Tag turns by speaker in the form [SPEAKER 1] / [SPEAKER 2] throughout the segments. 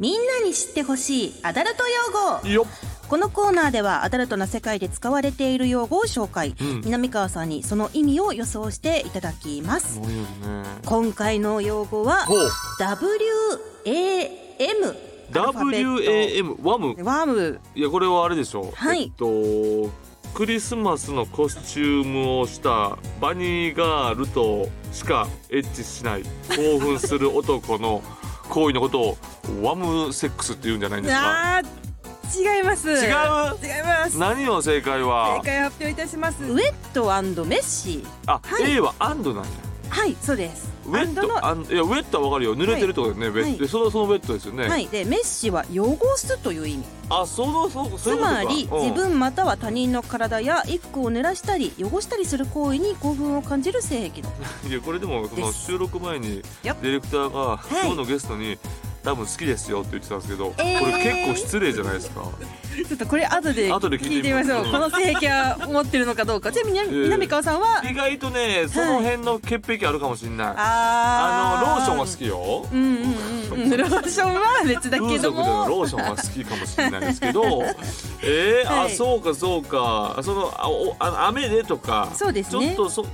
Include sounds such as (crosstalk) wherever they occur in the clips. [SPEAKER 1] みんなに知ってほしいアダルト用語
[SPEAKER 2] よっ
[SPEAKER 1] このコーナーではアダルトな世界で使われている用語を紹介、
[SPEAKER 2] うん
[SPEAKER 1] 南川さんにその意味を予想していただきます
[SPEAKER 2] うね
[SPEAKER 1] 今回の用語は
[SPEAKER 2] ほう
[SPEAKER 1] WAM アルファベッ
[SPEAKER 2] WAM ワム
[SPEAKER 1] トワーム
[SPEAKER 2] いやこれはあれでしょ
[SPEAKER 1] はい
[SPEAKER 2] えっとクリスマスのコスチュームをしたバニーガールとしかエッチしない興奮する男の行為のことをワムセックスって言うんじゃないんですか
[SPEAKER 3] あー違います
[SPEAKER 2] 違
[SPEAKER 3] 違います
[SPEAKER 2] う何よ正解は
[SPEAKER 3] 正解発表いたします
[SPEAKER 1] ウェットメッシ
[SPEAKER 2] あ、
[SPEAKER 1] はい
[SPEAKER 2] A はアンドなんや
[SPEAKER 1] はいそうです
[SPEAKER 2] ウェッ
[SPEAKER 3] アンド
[SPEAKER 2] ト
[SPEAKER 3] の
[SPEAKER 2] アンいやウェットはわかるよ濡れてるってことだよね、
[SPEAKER 1] はい
[SPEAKER 2] ウェットそのそのウェットですよね、
[SPEAKER 1] はいでメッシは汚すという意味
[SPEAKER 2] あそのそうそう
[SPEAKER 1] つ
[SPEAKER 2] いうことか
[SPEAKER 1] まり
[SPEAKER 2] うん
[SPEAKER 1] 自分または他人の体や衣服を濡らしたり汚したりする行為に興奮を感じる性
[SPEAKER 2] (laughs)
[SPEAKER 1] 癖の
[SPEAKER 2] いやこれでもその
[SPEAKER 1] です
[SPEAKER 2] 収録前にデ
[SPEAKER 1] よっ
[SPEAKER 2] ィレクターが
[SPEAKER 1] い
[SPEAKER 2] 今日のゲストに多分好きですよって言ってたんですけど、
[SPEAKER 1] えー
[SPEAKER 2] これ結構失礼じゃないですか
[SPEAKER 3] ちょっとこれ後で
[SPEAKER 2] 後で
[SPEAKER 3] 聞
[SPEAKER 2] 聞い
[SPEAKER 3] い
[SPEAKER 2] て
[SPEAKER 3] てみ
[SPEAKER 2] みま
[SPEAKER 3] ますしょうこの性癖は持ってるのかどうかちなみに
[SPEAKER 2] えー
[SPEAKER 3] 南川さんは
[SPEAKER 2] 意外とねその辺の潔 (laughs) 癖あるかもしんない、あ
[SPEAKER 3] あ
[SPEAKER 2] のローションは
[SPEAKER 3] は
[SPEAKER 2] 好きよ
[SPEAKER 3] うんうんうんうんローションは別だ
[SPEAKER 2] 風
[SPEAKER 3] けど
[SPEAKER 2] 俗での
[SPEAKER 3] も
[SPEAKER 2] ローションは好きかもしれないです
[SPEAKER 1] (laughs)
[SPEAKER 2] けどえー
[SPEAKER 1] は
[SPEAKER 2] あ
[SPEAKER 1] い
[SPEAKER 2] そうかそうかそのあおあ雨でとか
[SPEAKER 1] そうですね
[SPEAKER 2] ちょっとそ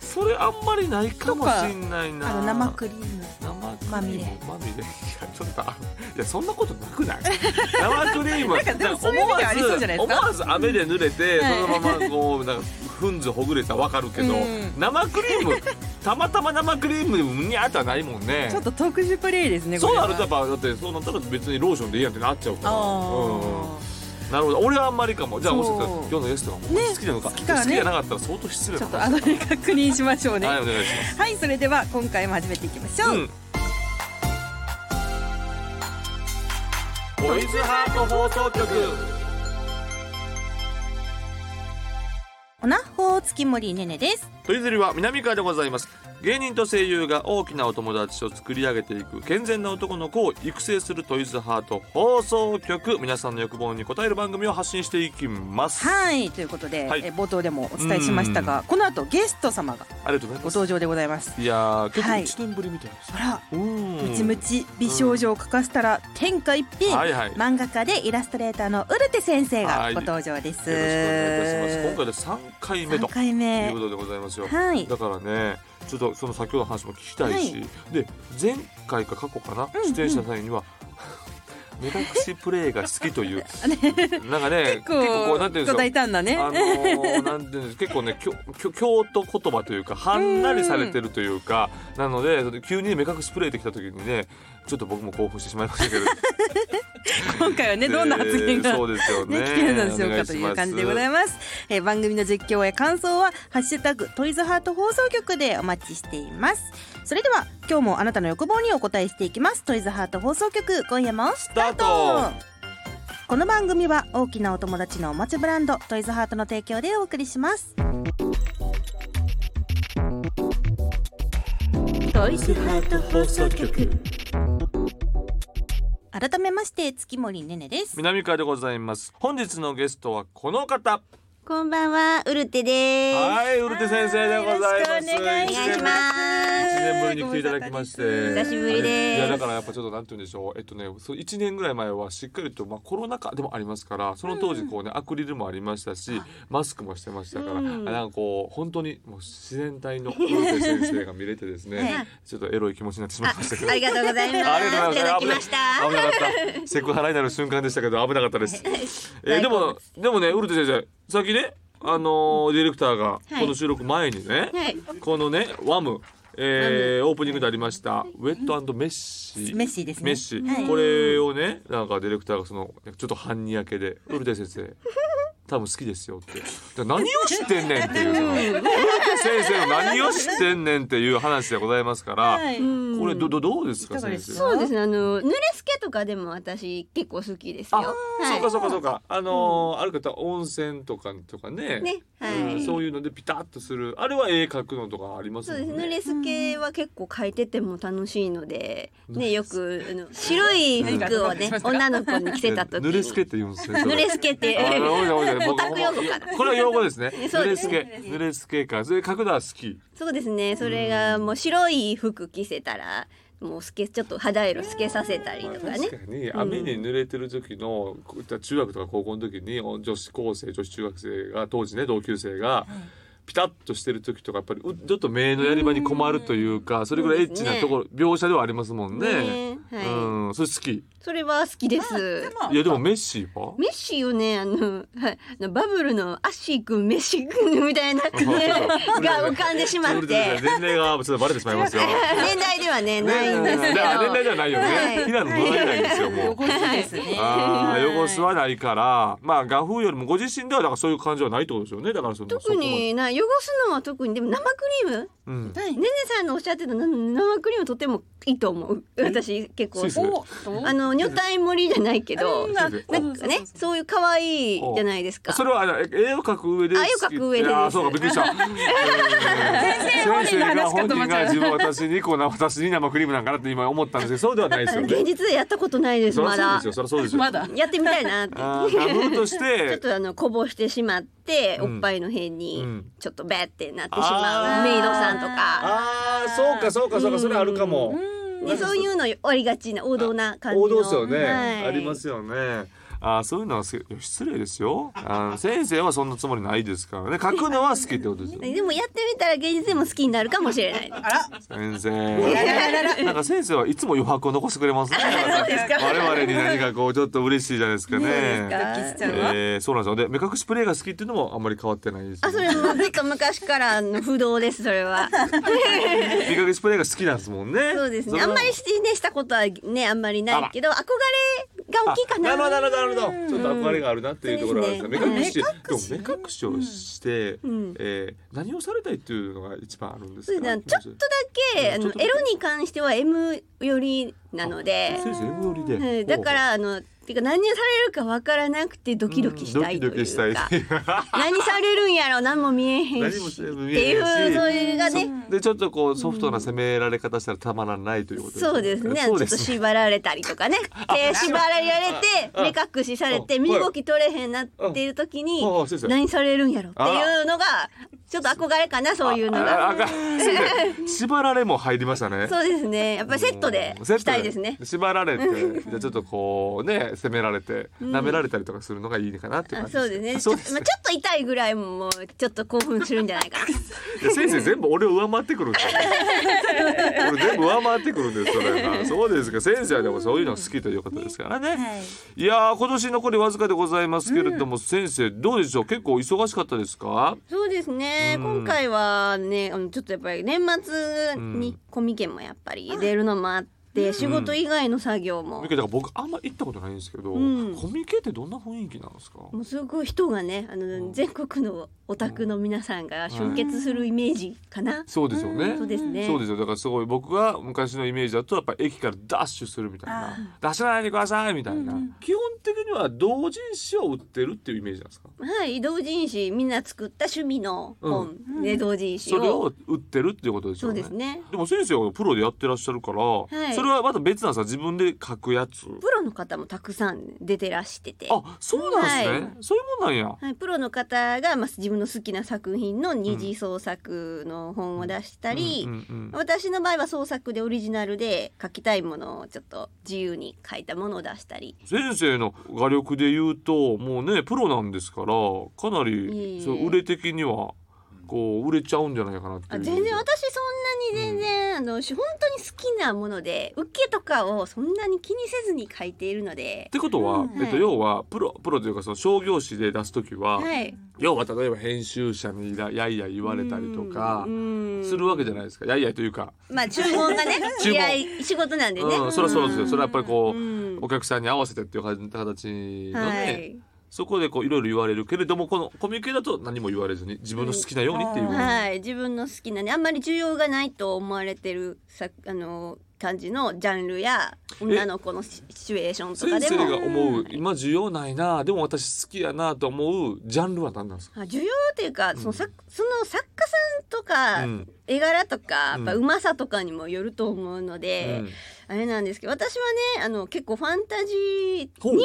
[SPEAKER 2] それあんまりないかもしんないな
[SPEAKER 1] あの生クリーム
[SPEAKER 2] 生クリーム
[SPEAKER 1] まみれ
[SPEAKER 2] まみれいやちょっとあいやそんなことな
[SPEAKER 3] (laughs)
[SPEAKER 2] くない生クリーム
[SPEAKER 3] なんかでもそういう意
[SPEAKER 2] 思
[SPEAKER 3] 味
[SPEAKER 2] わ
[SPEAKER 3] ではありそうじ
[SPEAKER 2] ず
[SPEAKER 3] ゃないです
[SPEAKER 2] 思
[SPEAKER 3] か
[SPEAKER 2] わず雨で濡れて、
[SPEAKER 3] はい
[SPEAKER 2] そのままこうなんかふんずほぐれたらわかるけど、
[SPEAKER 3] うん
[SPEAKER 2] 生クリームたまたま生クリームでもにゃーとはないもんね
[SPEAKER 3] ちょっと特殊プレイですねこ
[SPEAKER 2] そう
[SPEAKER 3] れ
[SPEAKER 2] な
[SPEAKER 3] は
[SPEAKER 2] るとやっぱだってそうなったら別にローションでいいやんってなっちゃうから、うん
[SPEAKER 3] あ
[SPEAKER 2] なるほど俺はあんまりかもじゃあもしかしたら
[SPEAKER 3] そう
[SPEAKER 2] 今日のゲストが本当に好きなのか,、
[SPEAKER 3] ね好きかね
[SPEAKER 2] 好きじゃなかったら相当失礼
[SPEAKER 3] ーち
[SPEAKER 2] な
[SPEAKER 3] ょっ
[SPEAKER 2] 話だ
[SPEAKER 3] と後で確認しましょうね
[SPEAKER 2] はい
[SPEAKER 3] は
[SPEAKER 2] お願いします
[SPEAKER 3] いそれでは今回も始めていきましょう
[SPEAKER 2] トイズハート放送局
[SPEAKER 1] おなっほー月森ねねです
[SPEAKER 2] トイズリは南川でございます芸人と声優が大きなお友達を作り上げていく健全な男の子を育成するトイズハート放送局皆さんの欲望に応える番組を発信していきますあ
[SPEAKER 1] はいということで、
[SPEAKER 2] はい
[SPEAKER 1] え冒頭でもお伝えしましたがこの後ゲスト様が
[SPEAKER 2] りがとうござい
[SPEAKER 1] ご
[SPEAKER 2] ま
[SPEAKER 1] 登
[SPEAKER 2] す
[SPEAKER 1] 場でございます
[SPEAKER 2] いやー結構
[SPEAKER 1] はい
[SPEAKER 2] 1年ぶりみたいです、
[SPEAKER 1] ほら
[SPEAKER 2] うん
[SPEAKER 1] ムチムチ美少女を描かせたら天下一品、
[SPEAKER 2] はいはい
[SPEAKER 1] 漫画家でイラストレーターのウルテ先生が
[SPEAKER 2] はい
[SPEAKER 1] ご登場です、
[SPEAKER 2] よろしくお願いいたします今回で3回目と
[SPEAKER 1] 3回
[SPEAKER 2] とい
[SPEAKER 1] 目
[SPEAKER 2] うことでございますよ、
[SPEAKER 1] はい
[SPEAKER 2] だからねちょっとその先ほどの話も聞きたいし、
[SPEAKER 1] は
[SPEAKER 2] で前回か過去かな、
[SPEAKER 1] うんうん
[SPEAKER 2] 出演した際には (laughs) 目隠しプレイが好きという
[SPEAKER 3] (laughs)
[SPEAKER 2] なんかね結
[SPEAKER 3] こう
[SPEAKER 2] こうなんていうんです
[SPEAKER 3] 大
[SPEAKER 2] か
[SPEAKER 3] 胆なね
[SPEAKER 2] あのーなんていうん (laughs) です結構ねきょきょ京都言葉というかはんなりされてるというかなので急に目隠しプレイできた時にねちょっと僕も興奮してしまいました
[SPEAKER 3] (laughs)
[SPEAKER 2] けど
[SPEAKER 3] 今回はねどんな発言
[SPEAKER 2] えー
[SPEAKER 3] が
[SPEAKER 2] そうですよね
[SPEAKER 3] ね、聞けるのでしょう
[SPEAKER 2] お願
[SPEAKER 3] か
[SPEAKER 2] し
[SPEAKER 3] と
[SPEAKER 2] ます
[SPEAKER 3] いう感じでございます。えー番組の実況や感想は、ハッシュタグ、トイズハート放送局でお待ちしています。
[SPEAKER 1] それでは今日もあなたの欲望にお答えしていきますトイズハート放送局今夜も
[SPEAKER 2] スタート
[SPEAKER 1] この番組は大きなお友達のおもちゃブランドトイズハートの提供でお送りしますトイズハート放送局
[SPEAKER 2] (laughs)
[SPEAKER 1] 改めまして月森ねねです
[SPEAKER 2] 南川でございます本日のゲストはこの方
[SPEAKER 4] こんばんは、ウルテです。
[SPEAKER 2] はい、ウルテ先生でござ
[SPEAKER 1] よ
[SPEAKER 2] います。
[SPEAKER 1] ろしくお願い
[SPEAKER 4] お願いしま
[SPEAKER 2] 一
[SPEAKER 4] す。
[SPEAKER 2] 年ぶりに来ていただきまして、
[SPEAKER 4] 久しぶりです
[SPEAKER 2] いやだからやっぱちょっとなんて言うんでしょう、えっとね、そう一年ぐらい前はしっかりとまあコロナ禍でもありますから、その当時こうねアクリルもありましたし、マスクもしてましたから、あ
[SPEAKER 4] うん
[SPEAKER 2] なんかこう本当にもう自然体のウルテ先生が見れてですね、ちょっとエロい気持ちになってしまいましたけど。
[SPEAKER 4] ありがとうございます。
[SPEAKER 2] ありがとうございます
[SPEAKER 4] ただきました。
[SPEAKER 2] 危なかった。セクハラになる瞬間でしたけど危なかったです。えーで
[SPEAKER 4] 大好
[SPEAKER 2] もでもねウルテ先生先ねあのーディレクターが
[SPEAKER 4] い
[SPEAKER 2] この収録前にね、
[SPEAKER 4] はい
[SPEAKER 2] このねワムえーオープニングでありましたウェットメッシ
[SPEAKER 1] メッシーですね
[SPEAKER 2] メッシ、
[SPEAKER 1] はい
[SPEAKER 2] これをねなんかディレクターがそのちょっと半にやけでウルテ先生多分好きですよってで何を知ってんねんっていうそのウルテ先生の何を知ってんねんっていう話でございますから、
[SPEAKER 1] はい
[SPEAKER 4] うん
[SPEAKER 2] これどどどうですか
[SPEAKER 1] いかがで
[SPEAKER 2] 先
[SPEAKER 1] す
[SPEAKER 2] 生
[SPEAKER 1] か
[SPEAKER 4] そうですね。あの濡れすけとかでも私結構好きですよ。
[SPEAKER 2] あそうか
[SPEAKER 4] は
[SPEAKER 2] そうかそうか、あのーある方温泉とかとかね
[SPEAKER 4] い。ね、はい。
[SPEAKER 2] うんそういうのでピタッとするあれは絵描くのとかあります
[SPEAKER 4] そう
[SPEAKER 2] もん
[SPEAKER 4] です濡
[SPEAKER 2] ね。
[SPEAKER 4] れすけは結構描いてても楽しいので、
[SPEAKER 2] うん
[SPEAKER 4] ねよくあの白い服をね女の子に着せた時に
[SPEAKER 2] 濡れすけって言うんですね。それ
[SPEAKER 4] 濡れすけって
[SPEAKER 2] あごめんなさいごめんなさい僕
[SPEAKER 4] (laughs) オタク用語かな
[SPEAKER 2] これは用語ですね。
[SPEAKER 4] (laughs) そ
[SPEAKER 2] 濡
[SPEAKER 4] う
[SPEAKER 2] れ
[SPEAKER 4] です
[SPEAKER 2] すけ濡れすけかそれ描くのは好き。
[SPEAKER 4] そうですねそれがもう白い服着せたらもう透けちょっと肌色透けさせたりと
[SPEAKER 2] ま
[SPEAKER 4] か
[SPEAKER 2] あ
[SPEAKER 4] ね
[SPEAKER 2] 確かに雨に濡れてる時の、こういった中学とか高校の時にお女子高生女子中学生が当時ね同級生がピタッとしてる時とかやっぱりうちょっと目のやり場に困るというかそれぐらいエッチなところ、描写ではありますもんね。
[SPEAKER 4] ねはい、
[SPEAKER 2] うん、それ好き。
[SPEAKER 4] それは好きです
[SPEAKER 1] でも
[SPEAKER 2] いやでもメッシは。
[SPEAKER 4] メッシよねあのはいあのバブルのアッシー君メッシ君み
[SPEAKER 2] (laughs)
[SPEAKER 4] たいなが浮かんでしまっ
[SPEAKER 2] ちょっと
[SPEAKER 4] て
[SPEAKER 2] 年齢がちょっとバレてしまいますよ。
[SPEAKER 4] 年代ではね (laughs) ないんですけ
[SPEAKER 2] ね
[SPEAKER 4] ど
[SPEAKER 2] あ年代じゃないよ
[SPEAKER 4] は
[SPEAKER 2] ね。
[SPEAKER 4] い
[SPEAKER 2] ひなの乗らないんですよもう。
[SPEAKER 1] 汚しですね。
[SPEAKER 2] あ
[SPEAKER 4] はい
[SPEAKER 2] ー汚すはないから、まあ画風よりもご自身ではだからそういう感じはないってことですよね。だからその
[SPEAKER 4] 特にな汚すのは特にでも生クリーム
[SPEAKER 2] そこのうん、
[SPEAKER 1] はい
[SPEAKER 4] ねねさんのおっしゃってたな生クリームとてもいいと思う私結
[SPEAKER 2] そう
[SPEAKER 4] 構
[SPEAKER 2] ですね
[SPEAKER 1] おどう
[SPEAKER 4] あの女体盛りじゃないけど
[SPEAKER 1] んな
[SPEAKER 2] そうです
[SPEAKER 1] う
[SPEAKER 4] なんかね
[SPEAKER 1] そう
[SPEAKER 4] そういう可愛いじゃないですか
[SPEAKER 2] それはあの絵を描く上で
[SPEAKER 4] あ絵を描く上でです
[SPEAKER 2] あそうかびっくり
[SPEAKER 4] (laughs)
[SPEAKER 2] した。えー先
[SPEAKER 1] 生本人の
[SPEAKER 2] が
[SPEAKER 1] 話か
[SPEAKER 2] 本
[SPEAKER 1] と思
[SPEAKER 2] 人
[SPEAKER 1] っちゃ
[SPEAKER 2] が
[SPEAKER 1] う
[SPEAKER 2] 自分私にこうな私に生クリームなんかなって今思ったんですけどそうではないですよね。
[SPEAKER 4] 現実でやったことないです
[SPEAKER 2] そり
[SPEAKER 4] ま
[SPEAKER 2] ゃ
[SPEAKER 4] だ
[SPEAKER 2] そうですよ。そりゃそうですよ。
[SPEAKER 1] まだ。
[SPEAKER 4] やってみたいなって
[SPEAKER 2] あー画風とし。
[SPEAKER 4] (laughs) ちょってとあのこぼしてしまって、
[SPEAKER 2] うん
[SPEAKER 4] おっぱいの辺
[SPEAKER 2] う
[SPEAKER 4] に
[SPEAKER 2] ん
[SPEAKER 4] ちょっとベってなってしま
[SPEAKER 2] あー
[SPEAKER 4] うメイドさんとか
[SPEAKER 2] ああそうかそうかそうかそれあるかも。
[SPEAKER 4] でそういうのありがちな王道な感じの
[SPEAKER 2] 王道ですよね、
[SPEAKER 4] はい
[SPEAKER 2] ありますよねあーそういうのは好きいや失礼ですよあー先生はそんなつもりないですからね書くのは好きってこと
[SPEAKER 4] (laughs)
[SPEAKER 2] ですよね
[SPEAKER 4] でもやってみたら現実でも好きになるかもし
[SPEAKER 2] (laughs)
[SPEAKER 4] れないです
[SPEAKER 2] 先生なんか先生はいつも余白を残してくれますね我々に何かこうちょっと嬉しいじゃないですかね
[SPEAKER 1] ドキしちゃうわ。
[SPEAKER 2] えー、そうなんですよで目隠しプレイが好きっていうのもあんまり変わってないです
[SPEAKER 4] あ
[SPEAKER 2] よ
[SPEAKER 4] そ
[SPEAKER 2] ね
[SPEAKER 4] れもずっと昔からの不動ですそ
[SPEAKER 2] (laughs)
[SPEAKER 4] れは
[SPEAKER 2] 目隠しプレイが好きなんですもんね
[SPEAKER 4] そうです
[SPEAKER 2] れ
[SPEAKER 4] ね
[SPEAKER 2] は
[SPEAKER 4] あんまりしてねしたことはねあんまりないけど憧れが大きいかな
[SPEAKER 2] あなるほどなるほどなるほど。ちょっと憧れがあるなっていうところがあるんですね。
[SPEAKER 4] うん
[SPEAKER 2] 目隠し。で
[SPEAKER 1] うん
[SPEAKER 2] も目隠しをして、
[SPEAKER 4] ん
[SPEAKER 2] えー何をされたいっていうのが一番あるんです
[SPEAKER 4] そう
[SPEAKER 2] か。
[SPEAKER 4] だちょっとだけあ
[SPEAKER 2] ちょ
[SPEAKER 4] の
[SPEAKER 2] っとだけ
[SPEAKER 4] エロに関しては M 寄りなので
[SPEAKER 2] 先生 M 寄りで、
[SPEAKER 4] はいだからあのてか何をされるかわからなくてドキドキしたい
[SPEAKER 2] ド
[SPEAKER 4] と
[SPEAKER 2] キド
[SPEAKER 4] い
[SPEAKER 2] キ
[SPEAKER 4] う
[SPEAKER 2] し
[SPEAKER 4] か、
[SPEAKER 2] たいっていう
[SPEAKER 4] (laughs) 何されるんやろ何も見えへん
[SPEAKER 2] 何も
[SPEAKER 4] し
[SPEAKER 2] し
[SPEAKER 4] ってて
[SPEAKER 2] も見えへ
[SPEAKER 4] い
[SPEAKER 2] んし
[SPEAKER 4] うそういうがね
[SPEAKER 2] でちょっとこうソフトな攻められ方したらたまらないということ
[SPEAKER 4] そうですね
[SPEAKER 2] そう
[SPEAKER 4] ちょ
[SPEAKER 2] で
[SPEAKER 4] っと
[SPEAKER 2] すね
[SPEAKER 4] 縛られたりとかね手縛られ
[SPEAKER 2] ああ
[SPEAKER 4] て目隠しされ
[SPEAKER 2] あ
[SPEAKER 4] て
[SPEAKER 2] はい
[SPEAKER 4] 身動き取れへんなっていう時に
[SPEAKER 2] ああ先生
[SPEAKER 4] 何されるんやろっていうのがちょっと憧れかなそういうの
[SPEAKER 2] ああ
[SPEAKER 4] が
[SPEAKER 2] あ先生 (laughs) 縛られも入りましたね。
[SPEAKER 4] そうですねやっぱりセットで
[SPEAKER 2] うん
[SPEAKER 4] したいですね
[SPEAKER 2] 縛られて、じゃあちょっとこうね、責められて、舐められたりとかするのがいいかなって感
[SPEAKER 4] あ
[SPEAKER 2] じ
[SPEAKER 4] そうですねち
[SPEAKER 2] そ
[SPEAKER 4] ょ
[SPEAKER 2] う
[SPEAKER 4] っ
[SPEAKER 2] で
[SPEAKER 4] と
[SPEAKER 2] す
[SPEAKER 4] ま
[SPEAKER 2] ね
[SPEAKER 4] あちょっと痛いぐらいももうちょっと興奮するんじゃないかな
[SPEAKER 2] いや先生全部俺を上回ってくるんですよ。俺全部上回ってくるんですそれが。そうですか先生はでもそういうの好きということですからね。
[SPEAKER 1] はい。
[SPEAKER 2] い、やー今年残りわずかでございますけれども、先生どうでしょう結構忙しかったですか？
[SPEAKER 4] そうですね、
[SPEAKER 2] うん
[SPEAKER 4] 今回はねあのちょっとやっぱり年末
[SPEAKER 2] うん
[SPEAKER 4] にコミケもやっぱり出るのもあって、仕事以外の作業も
[SPEAKER 2] コミケだから僕あんま行ったことないんですけど、
[SPEAKER 4] うん
[SPEAKER 2] コミケってどんな雰囲気なんですか？
[SPEAKER 4] もうすごい人がねあ
[SPEAKER 2] う
[SPEAKER 4] の
[SPEAKER 2] ん
[SPEAKER 4] 全国のオタクの皆さんが集結するイメージかな、
[SPEAKER 2] そうですよね。
[SPEAKER 4] そうですね
[SPEAKER 2] そうですよだからすごい僕が昔のイメージだとやっぱ駅からダッシュするみたい
[SPEAKER 1] あ
[SPEAKER 2] な出らないでくださいみたいな、
[SPEAKER 1] うんうん
[SPEAKER 2] 基本的には同人誌を売ってるっていうイメージなんですか
[SPEAKER 4] はい同人誌みんな作った趣味の本で、
[SPEAKER 1] うん
[SPEAKER 4] 同人誌
[SPEAKER 2] そ
[SPEAKER 4] を
[SPEAKER 2] れを売ってるっていうことです
[SPEAKER 4] そ
[SPEAKER 2] よ
[SPEAKER 4] う
[SPEAKER 2] ね
[SPEAKER 4] ですね
[SPEAKER 2] でも先生はプロでやってらっしゃるから、
[SPEAKER 4] い
[SPEAKER 2] それはまた別なんですか自分で書くやつ
[SPEAKER 4] プロの方もたくさん出てらしてて
[SPEAKER 2] あそうなんですね、
[SPEAKER 4] は
[SPEAKER 2] そういうもんなんや
[SPEAKER 4] はい、プロの方が、まあ、自分の好きな作品の二次創作の本を出したり、
[SPEAKER 2] うんうんうん
[SPEAKER 4] 私の場合は創作でオリジナルで書きたいものをちょっと自由に書いたものを出したり
[SPEAKER 2] 先生の画力で言うともうねプロなんですからかなり、
[SPEAKER 4] いえ
[SPEAKER 2] そう売れ的にはこう売れちゃうんじゃないかなってい
[SPEAKER 4] あ
[SPEAKER 2] う
[SPEAKER 4] 全然私そんなに全然、あのし本当に好きなもので受けとかをそんなに気にせずに書いているの
[SPEAKER 2] っ
[SPEAKER 4] で、
[SPEAKER 2] てことは、
[SPEAKER 4] うん
[SPEAKER 2] えっと、
[SPEAKER 4] はい
[SPEAKER 2] 要はプロプロというかその商業誌で出す時は、
[SPEAKER 4] はい、
[SPEAKER 2] 要は例えば編集者にいらやいやい言われたりとかするわけじゃないですかやいやいというか、
[SPEAKER 4] うんまあ注文がね
[SPEAKER 2] 注文
[SPEAKER 4] 依頼仕事なんでね、
[SPEAKER 2] うん、それはそうですよそれはやっぱりこう、
[SPEAKER 4] うん
[SPEAKER 2] お客さんに合わせてっていう感じ形のね、
[SPEAKER 4] はい
[SPEAKER 2] そこでこういろいろ言われるけれどもこのコミュニケだと何も言われずに自分の好きなようにっていう、
[SPEAKER 1] うん
[SPEAKER 4] はい、自分の好きなねあんまり需要がないと思われてるさあの感じのジャンルや女の子のシシチュエーションと
[SPEAKER 2] 先
[SPEAKER 4] かで
[SPEAKER 2] 生が
[SPEAKER 4] も。
[SPEAKER 2] 思う今需要ないなでも私好きやなと思うジャンルは何なんですか
[SPEAKER 4] あ需要っていうかその,、その作家さんと
[SPEAKER 2] う
[SPEAKER 4] か
[SPEAKER 2] ん
[SPEAKER 4] 絵柄とか、
[SPEAKER 2] うん
[SPEAKER 4] やっぱうまさとかにもよると思うので、
[SPEAKER 2] うん
[SPEAKER 4] あれなんですけど私はねあの結構ファンタジー
[SPEAKER 2] ほう
[SPEAKER 4] 人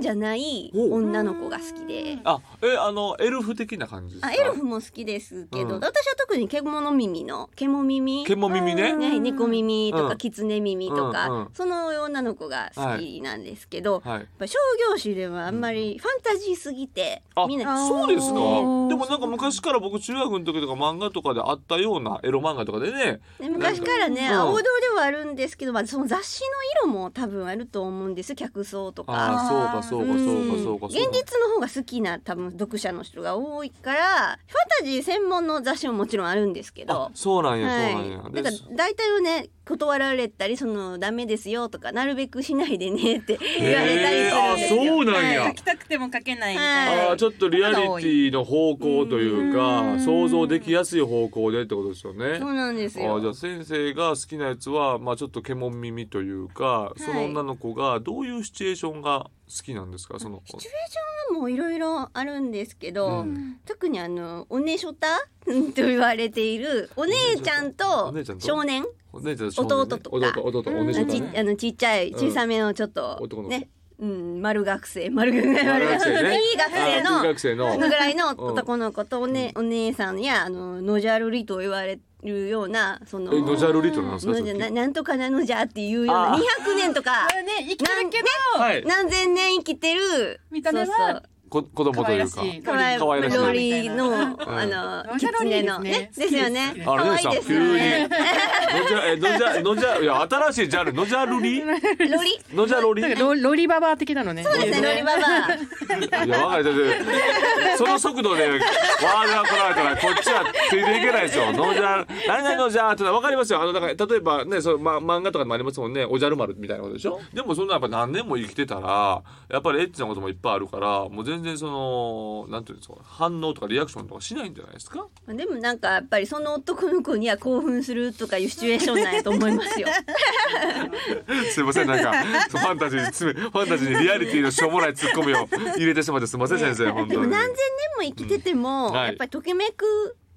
[SPEAKER 4] 間じゃない
[SPEAKER 2] ほう
[SPEAKER 4] 女の子が好きで。
[SPEAKER 2] あえあのエルフ的な感じですか
[SPEAKER 4] あエルフも好きですけど、
[SPEAKER 2] うん
[SPEAKER 4] 私は特に獣耳の獣耳
[SPEAKER 2] ケモ耳ね
[SPEAKER 4] ね、猫耳と
[SPEAKER 2] う
[SPEAKER 4] か
[SPEAKER 2] ん
[SPEAKER 4] 狐耳とか、
[SPEAKER 2] うんうん
[SPEAKER 4] その女の子が好きなんですけど、やっ
[SPEAKER 2] はい
[SPEAKER 4] ぱ商業誌ではあんまりファンタジーすぎて、
[SPEAKER 2] あ
[SPEAKER 4] みんな
[SPEAKER 2] そうですかで
[SPEAKER 1] あー
[SPEAKER 2] もなんか昔から僕中学の時とか漫画とかであったようなエロ漫画とかでね
[SPEAKER 4] ね昔からね、
[SPEAKER 2] うん
[SPEAKER 4] 王道ではあるんですけど、まあ、その雑誌の色も多分あると思うんですよ客層とか。
[SPEAKER 2] ああーそうかそうかそうかそうか
[SPEAKER 4] うん
[SPEAKER 2] そう
[SPEAKER 4] 現
[SPEAKER 2] か
[SPEAKER 4] 実の方が好きな多分読者の人が多いからファンタジー専門の雑誌ももちろんあるんですけ
[SPEAKER 2] あ
[SPEAKER 4] ど
[SPEAKER 2] そうなんやそうなんや
[SPEAKER 4] はい、
[SPEAKER 2] で
[SPEAKER 4] だから大体をね断られたりそのダメですよとかなるべくしないでねって言われたりするんですよ。
[SPEAKER 2] へーあそうなんや
[SPEAKER 4] は
[SPEAKER 1] 書
[SPEAKER 4] い
[SPEAKER 1] きたくても書けないみ
[SPEAKER 4] は
[SPEAKER 1] たい
[SPEAKER 4] い
[SPEAKER 1] な。
[SPEAKER 2] あーちょっとリアリティの方向という
[SPEAKER 1] う
[SPEAKER 2] か
[SPEAKER 1] ん
[SPEAKER 2] 想像できやすい方向でってことですよね
[SPEAKER 4] そうなんです
[SPEAKER 2] あーじゃあ
[SPEAKER 4] よ。
[SPEAKER 2] 先生が好きなやつは、まあ、ちょっとケモン耳というか、
[SPEAKER 4] い
[SPEAKER 2] その女の子がどういうシチュエーションが好きなんですかその
[SPEAKER 4] シチュエーションはもういろいろあるんですけど、
[SPEAKER 2] うん
[SPEAKER 4] 特にあのおねしょたと言われているお姉ちゃん
[SPEAKER 2] お
[SPEAKER 4] と
[SPEAKER 2] 姉ちゃんと
[SPEAKER 4] 少年
[SPEAKER 2] お姉ちゃん
[SPEAKER 4] 弟とか
[SPEAKER 2] 弟弟お姉ちゃんと
[SPEAKER 4] ち
[SPEAKER 2] かね
[SPEAKER 4] あのちっちゃい小さめのちょっと、
[SPEAKER 2] 男の子
[SPEAKER 4] ね、うん、丸学生丸学生
[SPEAKER 2] 丸学生ね
[SPEAKER 4] (laughs) いい学
[SPEAKER 2] あ
[SPEAKER 4] 生
[SPEAKER 2] ー
[SPEAKER 4] の
[SPEAKER 2] 中学生の
[SPEAKER 4] そのぐらいの男の子とお,、ねお姉さんやあのノジャルリと言われるようなその
[SPEAKER 2] えノジャルリトなんですか
[SPEAKER 4] ノ
[SPEAKER 2] そ
[SPEAKER 4] ジ
[SPEAKER 2] れ
[SPEAKER 4] ャななんとかなのじゃっていうような
[SPEAKER 2] あー
[SPEAKER 4] 200年とか
[SPEAKER 1] (laughs) これね生きてるけど、
[SPEAKER 2] はい
[SPEAKER 4] 何千年生きてる
[SPEAKER 1] 見た目は
[SPEAKER 4] そう
[SPEAKER 2] こ子供
[SPEAKER 1] 可
[SPEAKER 2] と
[SPEAKER 1] 愛
[SPEAKER 2] い
[SPEAKER 1] ら
[SPEAKER 2] う
[SPEAKER 1] し
[SPEAKER 2] か
[SPEAKER 1] い。
[SPEAKER 4] そうか
[SPEAKER 2] 可
[SPEAKER 4] わ
[SPEAKER 2] 愛
[SPEAKER 4] い
[SPEAKER 2] ら
[SPEAKER 4] い
[SPEAKER 2] しい
[SPEAKER 4] ロリのあ
[SPEAKER 1] う
[SPEAKER 4] の
[SPEAKER 1] ん
[SPEAKER 4] キツネの
[SPEAKER 1] ロリ
[SPEAKER 4] ね
[SPEAKER 1] ですね
[SPEAKER 4] ですよね
[SPEAKER 1] 好きですね
[SPEAKER 4] 可愛いですよね
[SPEAKER 2] のじゃえのじゃのじゃいや新しいジャンルのじゃる
[SPEAKER 4] (laughs)
[SPEAKER 2] り
[SPEAKER 4] ロリ
[SPEAKER 2] のじゃロリ
[SPEAKER 5] なん
[SPEAKER 1] (laughs)
[SPEAKER 5] かロロリババア的なのね。
[SPEAKER 4] そうですねロリババア
[SPEAKER 2] いや、わかる、だってその速度で、わーが来られたら、こっちはついていけないですよ。ノージャー、何々のじゃーってのはわかりますよ。あの、だから、例えばね、その、ま、漫画とかでもありますもんね、おじゃる丸みたいなことでしょでも、そんなやっぱ何年も生きてたら、やっぱりエッチなこともいっぱいあるから、もう全然その、なんていうんですか、反応とかリアクションとかしないんじゃないですか (laughs)
[SPEAKER 4] まあでもなんかやっぱりその男の子には興奮するとかいうシチュエーションなんやと思います (laughs) よ。
[SPEAKER 2] すいません、なんか、ファンタジーに詰め、ファンタジーにリアリティのしょうもない突っ込みを入れてしまって、すいません、先生、本
[SPEAKER 4] で
[SPEAKER 2] 当
[SPEAKER 4] も
[SPEAKER 2] に。
[SPEAKER 4] 何千年も生きてても、
[SPEAKER 2] うんはい
[SPEAKER 4] やっぱりときめく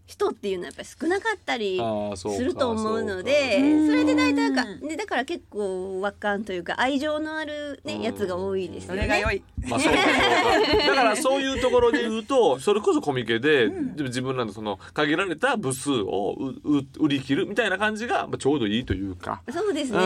[SPEAKER 4] 人っていうのはやっぱり少なかったり
[SPEAKER 2] あーそうか
[SPEAKER 4] すると思うの
[SPEAKER 2] そ
[SPEAKER 4] で
[SPEAKER 2] う
[SPEAKER 4] そ
[SPEAKER 2] か
[SPEAKER 4] れで大体なんかでだから結構和感というか愛情のある、
[SPEAKER 2] うん
[SPEAKER 4] ね、やつが多いです
[SPEAKER 1] そ
[SPEAKER 4] よ
[SPEAKER 1] れが
[SPEAKER 4] ね。
[SPEAKER 1] 良い。
[SPEAKER 4] (laughs)
[SPEAKER 2] まあそうかそうかだからそういうところで言うとそれこそコミケで自分らのその限られた部数をうう売り切るみたいな感じがまあちょうどいいというか
[SPEAKER 4] そうですね、